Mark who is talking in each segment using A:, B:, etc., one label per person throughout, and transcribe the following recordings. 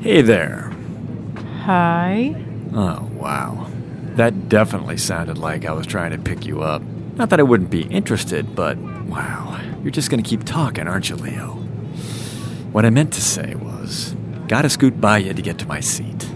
A: Hey there.
B: Hi.
A: Oh, wow. That definitely sounded like I was trying to pick you up. Not that I wouldn't be interested, but wow. You're just going to keep talking, aren't you, Leo? What I meant to say was, gotta scoot by you to get to my seat.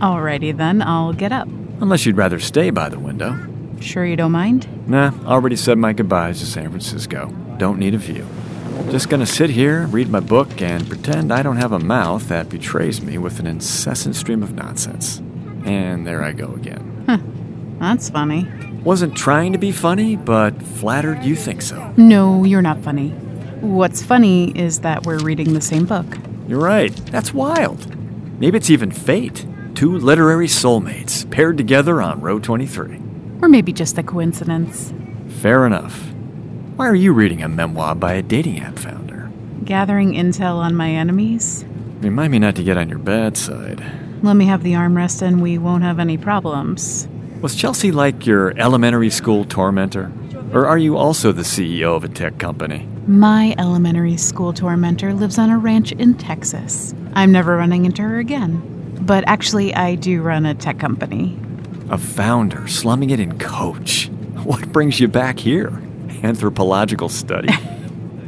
B: Alrighty then, I'll get up.
A: Unless you'd rather stay by the window.
B: Sure you don't mind?
A: Nah, already said my goodbyes to San Francisco. Don't need a view. Just gonna sit here, read my book, and pretend I don't have a mouth that betrays me with an incessant stream of nonsense. And there I go again.
B: That's funny.
A: Wasn't trying to be funny, but flattered you think so.
B: No, you're not funny. What's funny is that we're reading the same book.
A: You're right. That's wild. Maybe it's even fate. Two literary soulmates paired together on Row 23.
B: Or maybe just a coincidence.
A: Fair enough. Why are you reading a memoir by a dating app founder?
B: Gathering intel on my enemies?
A: Remind me not to get on your bad side.
B: Let me have the armrest and we won't have any problems.
A: Was Chelsea like your elementary school tormentor? Or are you also the CEO of a tech company?
B: My elementary school tormentor lives on a ranch in Texas. I'm never running into her again. But actually, I do run a tech company.
A: A founder slumming it in coach. What brings you back here? Anthropological study.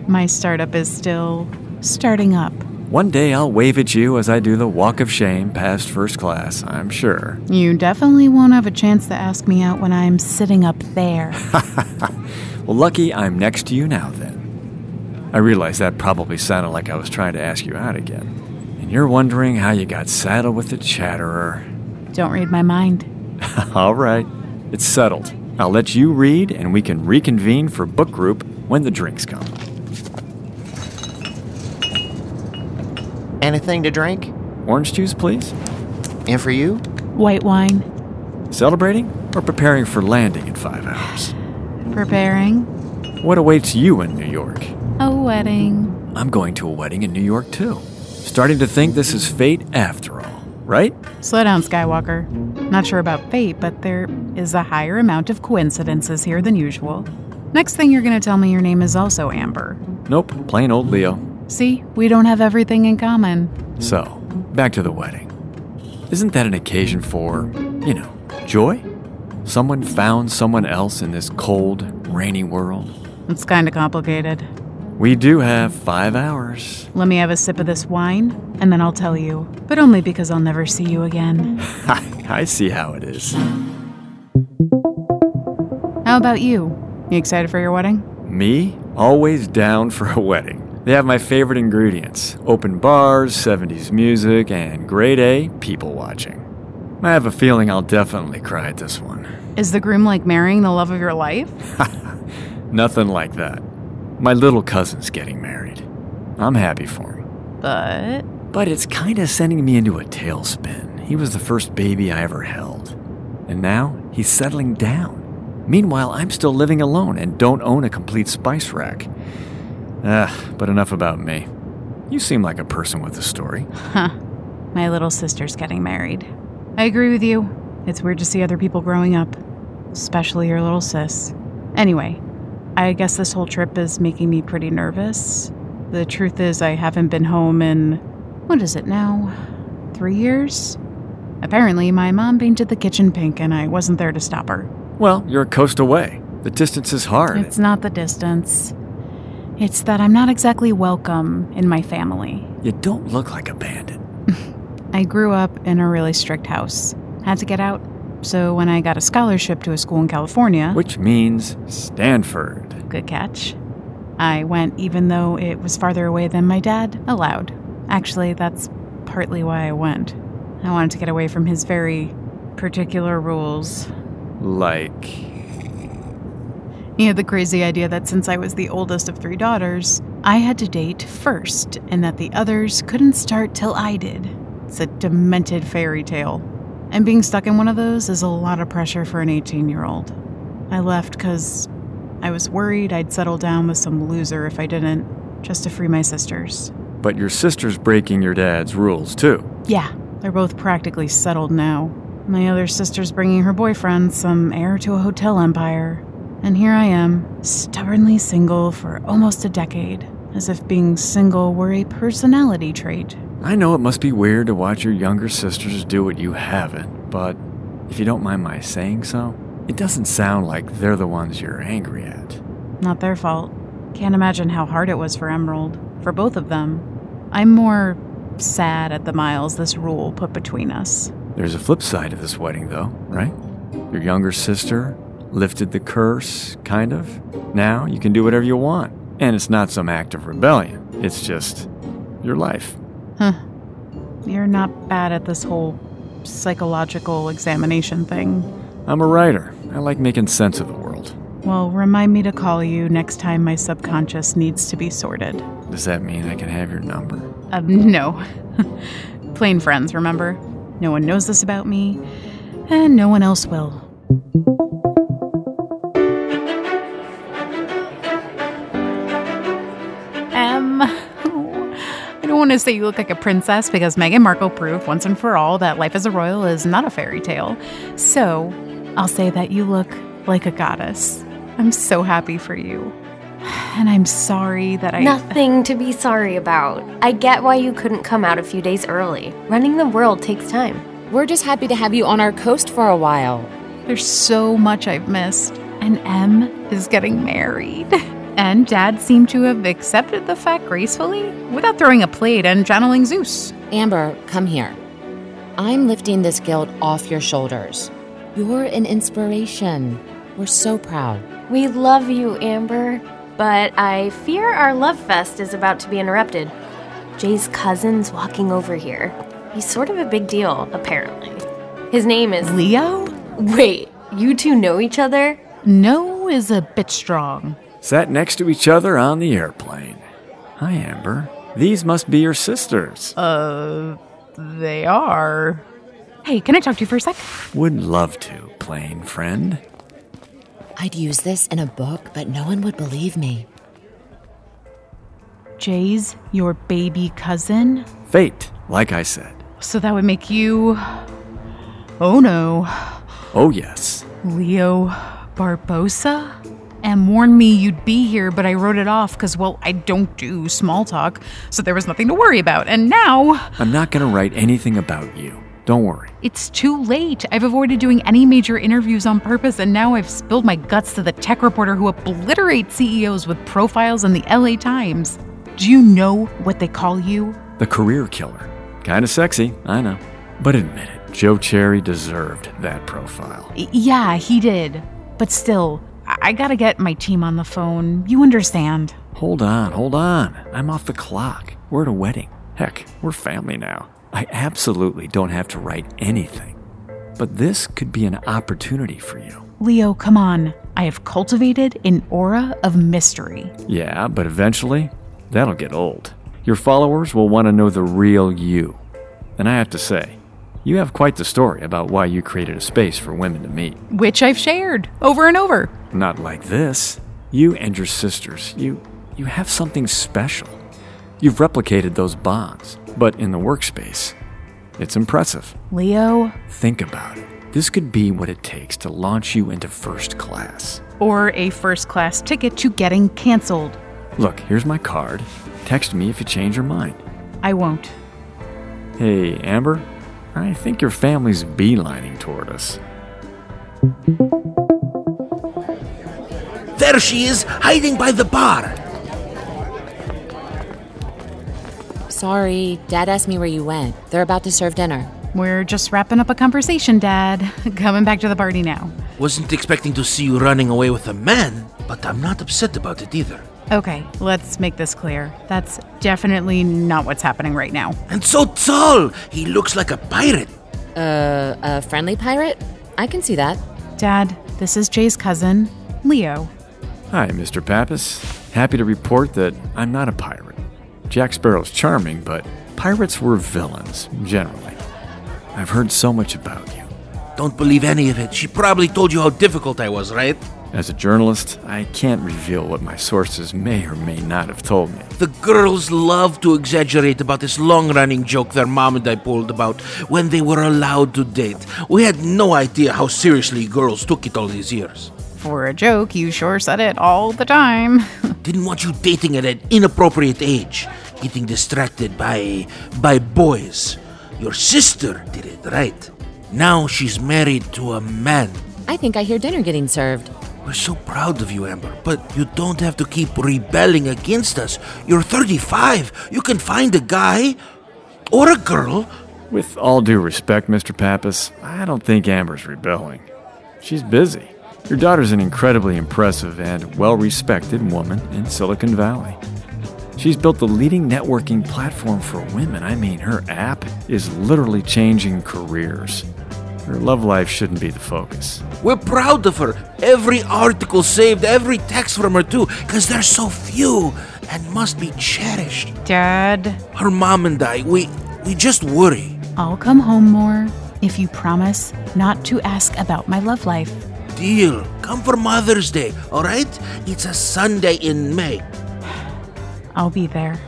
B: My startup is still starting up.
A: One day I'll wave at you as I do the walk of shame past first class, I'm sure.
B: You definitely won't have a chance to ask me out when I'm sitting up there.
A: Well, lucky I'm next to you now, then. I realize that probably sounded like I was trying to ask you out again. And you're wondering how you got saddled with the chatterer.
B: Don't read my mind.
A: All right, it's settled. I'll let you read, and we can reconvene for book group when the drinks come.
C: Anything to drink?
A: Orange juice, please.
C: And for you?
B: White wine.
A: Celebrating or preparing for landing in five hours?
B: Preparing.
A: What awaits you in New York?
B: A wedding.
A: I'm going to a wedding in New York, too. Starting to think this is fate after all, right?
B: Slow down, Skywalker. Not sure about fate, but there is a higher amount of coincidences here than usual. Next thing you're going to tell me your name is also Amber.
A: Nope, plain old Leo.
B: See, we don't have everything in common.
A: So, back to the wedding. Isn't that an occasion for, you know, joy? Someone found someone else in this cold, rainy world.
B: It's kind of complicated.
A: We do have five hours.
B: Let me have a sip of this wine, and then I'll tell you, but only because I'll never see you again.
A: I see how it is.
B: How about you? You excited for your wedding?
A: Me? Always down for a wedding. They have my favorite ingredients open bars, 70s music, and grade A people watching. I have a feeling I'll definitely cry at this one.
B: Is the groom like marrying the love of your life?
A: Nothing like that. My little cousin's getting married. I'm happy for him.
B: But
A: But it's kind of sending me into a tailspin. He was the first baby I ever held. And now he's settling down. Meanwhile, I'm still living alone and don't own a complete spice rack. Ugh, but enough about me. You seem like a person with a story.
B: my little sister's getting married. I agree with you. It's weird to see other people growing up, especially your little sis. Anyway, I guess this whole trip is making me pretty nervous. The truth is, I haven't been home in, what is it now? Three years? Apparently, my mom painted the kitchen pink and I wasn't there to stop her.
A: Well, you're a coast away. The distance is hard.
B: It's not the distance, it's that I'm not exactly welcome in my family.
A: You don't look like a bandit.
B: I grew up in a really strict house. Had to get out. So when I got a scholarship to a school in California,
A: Which means Stanford.
B: good catch, I went even though it was farther away than my dad allowed. Actually, that's partly why I went. I wanted to get away from his very particular rules.
A: Like.
B: He had the crazy idea that since I was the oldest of three daughters, I had to date first and that the others couldn't start till I did. It's a demented fairy tale. And being stuck in one of those is a lot of pressure for an 18 year old. I left because I was worried I'd settle down with some loser if I didn't, just to free my sisters.
A: But your sister's breaking your dad's rules, too.
B: Yeah, they're both practically settled now. My other sister's bringing her boyfriend, some heir to a hotel empire. And here I am, stubbornly single for almost a decade, as if being single were a personality trait.
A: I know it must be weird to watch your younger sisters do what you haven't, but if you don't mind my saying so, it doesn't sound like they're the ones you're angry at.
B: Not their fault. Can't imagine how hard it was for Emerald, for both of them. I'm more sad at the miles this rule put between us.
A: There's a flip side to this wedding, though, right? Your younger sister lifted the curse, kind of. Now you can do whatever you want. And it's not some act of rebellion, it's just your life.
B: Huh. You're not bad at this whole psychological examination thing.
A: I'm a writer, I like making sense of the world.
B: Well, remind me to call you next time my subconscious needs to be sorted.
A: Does that mean I can have your number?
B: Um, no. Plain friends, remember? No one knows this about me, and no one else will. Um, I don't want to say you look like a princess because Meghan Markle proved once and for all that life as a royal is not a fairy tale. So I'll say that you look like a goddess. I'm so happy for you. And I'm sorry that I.
D: Nothing to be sorry about. I get why you couldn't come out a few days early. Running the world takes time.
E: We're just happy to have you on our coast for a while.
B: There's so much I've missed. And Em is getting married. And Dad seemed to have accepted the fact gracefully without throwing a plate and channeling Zeus.
E: Amber, come here. I'm lifting this guilt off your shoulders. You're an inspiration. We're so proud.
D: We love you, Amber, but I fear our love fest is about to be interrupted. Jay's cousin's walking over here. He's sort of a big deal, apparently. His name is.
B: Leo?
D: Wait, you two know each other?
B: No is a bit strong.
A: Sat next to each other on the airplane. Hi, Amber. These must be your sisters.
B: Uh, they are. Hey, can I talk to you for a sec?
A: Would love to, plain friend.
E: I'd use this in a book, but no one would believe me.
B: Jay's your baby cousin?
A: Fate, like I said.
B: So that would make you. Oh no.
A: Oh, yes.
B: Leo Barbosa? And warned me you'd be here, but I wrote it off because, well, I don't do small talk, so there was nothing to worry about. And now
A: I'm not going to write anything about you. Don't worry.
B: it's too late. I've avoided doing any major interviews on purpose, and now I've spilled my guts to the tech reporter who obliterates CEOs with profiles in the LA Times. Do you know what they call you?
A: The career killer. Kind of sexy, I know. But admit it, Joe Cherry deserved that profile.
B: Y- Yeah, he did. But still, I, I gotta get my team on the phone. You understand.
A: Hold on, hold on. I'm off the clock. We're at a wedding. Heck, we're family now. I absolutely don't have to write anything. But this could be an opportunity for you.
B: Leo, come on. I have cultivated an aura of mystery.
A: Yeah, but eventually, that'll get old. Your followers will want to know the real you. And I have to say, you have quite the story about why you created a space for women to meet.
B: which I've shared over and over.
A: Not like this. You and your sisters, you you have something special. You've replicated those bonds, but in the workspace. It's impressive.
B: Leo,
A: Think about it. This could be what it takes to launch you into first class.
B: or a first class ticket to getting canceled.
A: Look, here's my card. Text me if you change your mind.
B: I won't.
A: Hey, Amber, I think your family's beelining toward us.
F: There she is, hiding by the bar.
E: Sorry, Dad asked me where you went. They're about to serve dinner.
B: We're just wrapping up a conversation, Dad. Coming back to the party now.
F: Wasn't expecting to see you running away with a man, but I'm not upset about it either.
B: Okay, let's make this clear. That's definitely not what's happening right now.
F: And so tall, he looks like a pirate.
E: Uh, a friendly pirate? I can see that.
B: Dad, this is Jay's cousin, Leo.
A: Hi, Mr. Pappas. Happy to report that I'm not a pirate. Jack Sparrow's charming, but pirates were villains, generally. I've heard so much about you.
F: Don't believe any of it. She probably told you how difficult I was, right?
A: As a journalist, I can't reveal what my sources may or may not have told me.
F: The girls love to exaggerate about this long running joke their mom and I pulled about when they were allowed to date. We had no idea how seriously girls took it all these years.
B: For a joke, you sure said it all the time.
F: Didn't want you dating at an inappropriate age. getting distracted by by boys. Your sister did it right. Now she's married to a man.
E: I think I hear dinner getting served.
F: We're so proud of you, Amber, but you don't have to keep rebelling against us. You're 35. You can find a guy or a girl.
A: With all due respect, Mr. Pappas, I don't think Amber's rebelling. She's busy. Your daughter's an incredibly impressive and well respected woman in Silicon Valley. She's built the leading networking platform for women. I mean, her app is literally changing careers. Her love life shouldn't be the focus.
F: We're proud of her. Every article saved, every text from her, too, because there's so few and must be cherished.
B: Dad,
F: Her mom and I, we, we just worry.
B: I'll come home more if you promise not to ask about my love life.
F: Deal. Come for Mother's Day, all right? It's a Sunday in May.
B: I'll be there.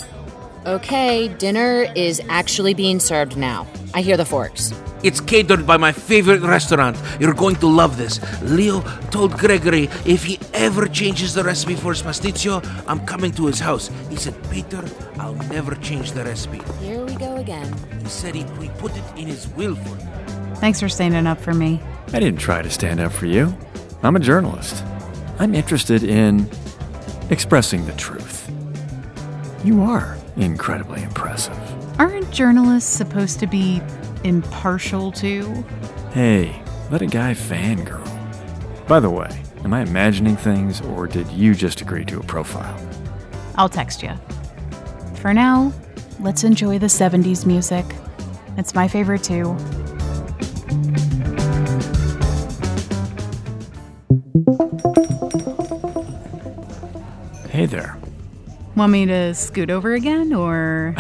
E: Okay, dinner is actually being served now. I hear the forks.
F: It's catered by my favorite restaurant. You're going to love this. Leo told Gregory if he ever changes the recipe for his pasticcio, I'm coming to his house. He said, Peter, I'll never change the recipe.
E: Here we go again.
F: He said he, he put it in his will for me.
B: Thanks for standing up for me.
A: I didn't try to stand up for you. I'm a journalist. I'm interested in expressing the truth. You are incredibly impressive.
B: Aren't journalists supposed to be impartial too?
A: Hey, let a guy fangirl. By the way, am I imagining things or did you just agree to a profile?
B: I'll text you. For now, let's enjoy the 70s music. It's my favorite too.
A: Hey there.
B: Want me to scoot over again or?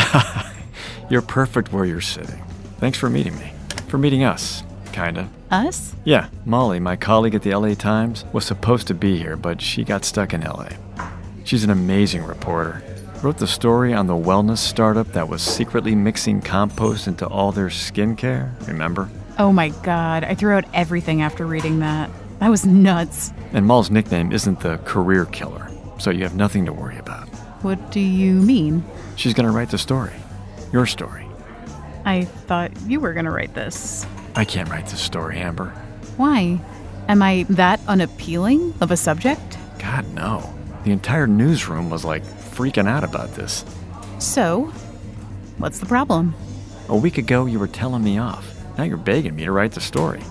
A: You're perfect where you're sitting. Thanks for meeting me. For meeting us, kinda.
B: Us?
A: Yeah, Molly, my colleague at the LA Times, was supposed to be here, but she got stuck in LA. She's an amazing reporter. Wrote the story on the wellness startup that was secretly mixing compost into all their skincare, remember?
B: Oh my god, I threw out everything after reading that. That was nuts.
A: And Moll's nickname isn't the career killer, so you have nothing to worry about.
B: What do you mean?
A: She's gonna write the story. Your story.
B: I thought you were gonna write this.
A: I can't write this story, Amber.
B: Why? Am I that unappealing of a subject?
A: God, no. The entire newsroom was like freaking out about this.
B: So, what's the problem?
A: A week ago, you were telling me off. Now you're begging me to write the story.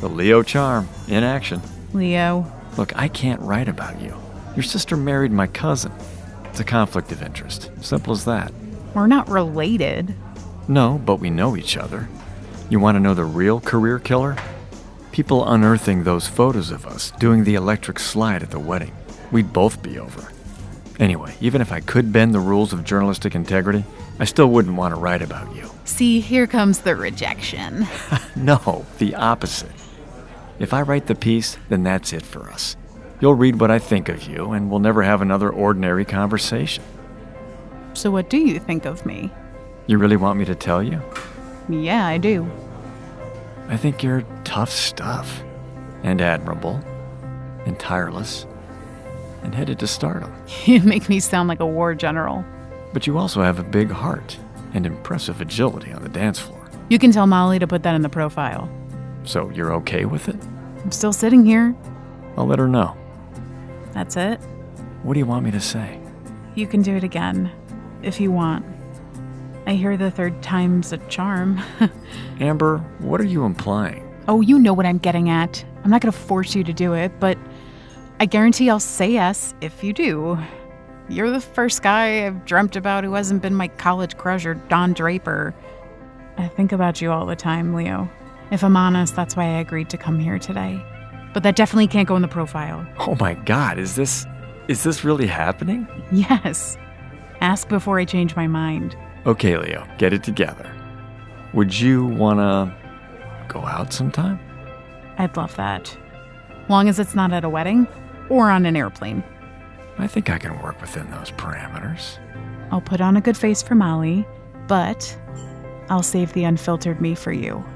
A: The Leo charm in action.
B: Leo,
A: Look, I can't write about you. Your sister married my cousin. It's a conflict of interest. Simple as that.
B: we're not related.
A: No, but we know each other. You want to know the real career killer? People unearthing those photos of us doing the electric slide at the wedding. We'd both be over. Anyway, even if I could bend the rules of journalistic integrity, I still wouldn't want to write about you.
B: See, here comes the rejection.
A: No, the opposite. If I write the piece, then that's it for us. You'll read what I think of you, and we'll never have another ordinary conversation.
B: So, what do you think of me?
A: You really want me to tell you?
B: Yeah, I do.
A: I think you're tough stuff, and admirable, and tireless, and headed to stardom.
B: You make me sound like a war general.
A: But you also have a big heart and impressive agility on the dance floor.
B: You can tell Molly to put that in the profile.
A: So you're okay with it?
B: I'm still sitting here.
A: I'll let her know.
B: That's it.
A: What do you want me to say?
B: You can do it again, if you want. I hear the third time's a charm.
A: Amber, what are you implying?
B: oh, you know what I'm getting at. I'm not gonna force you to do it, but I guarantee I'll say yes if you do. You're the first guy I've dreamt about who hasn't been my college crush or Don Draper. I think about you all the time, Leo. If I'm honest, that's why I agreed to come here today. But that definitely can't go in the profile.
A: Oh my god, is this is this really happening?
B: Yes. Ask before I change my mind.
A: Okay, Leo, get it together. Would you wanna go out sometime?
B: I'd love that. Long as it's not at a wedding or on an airplane.
A: I think I can work within those parameters.
B: I'll put on a good face for Molly, but I'll save the unfiltered me for you.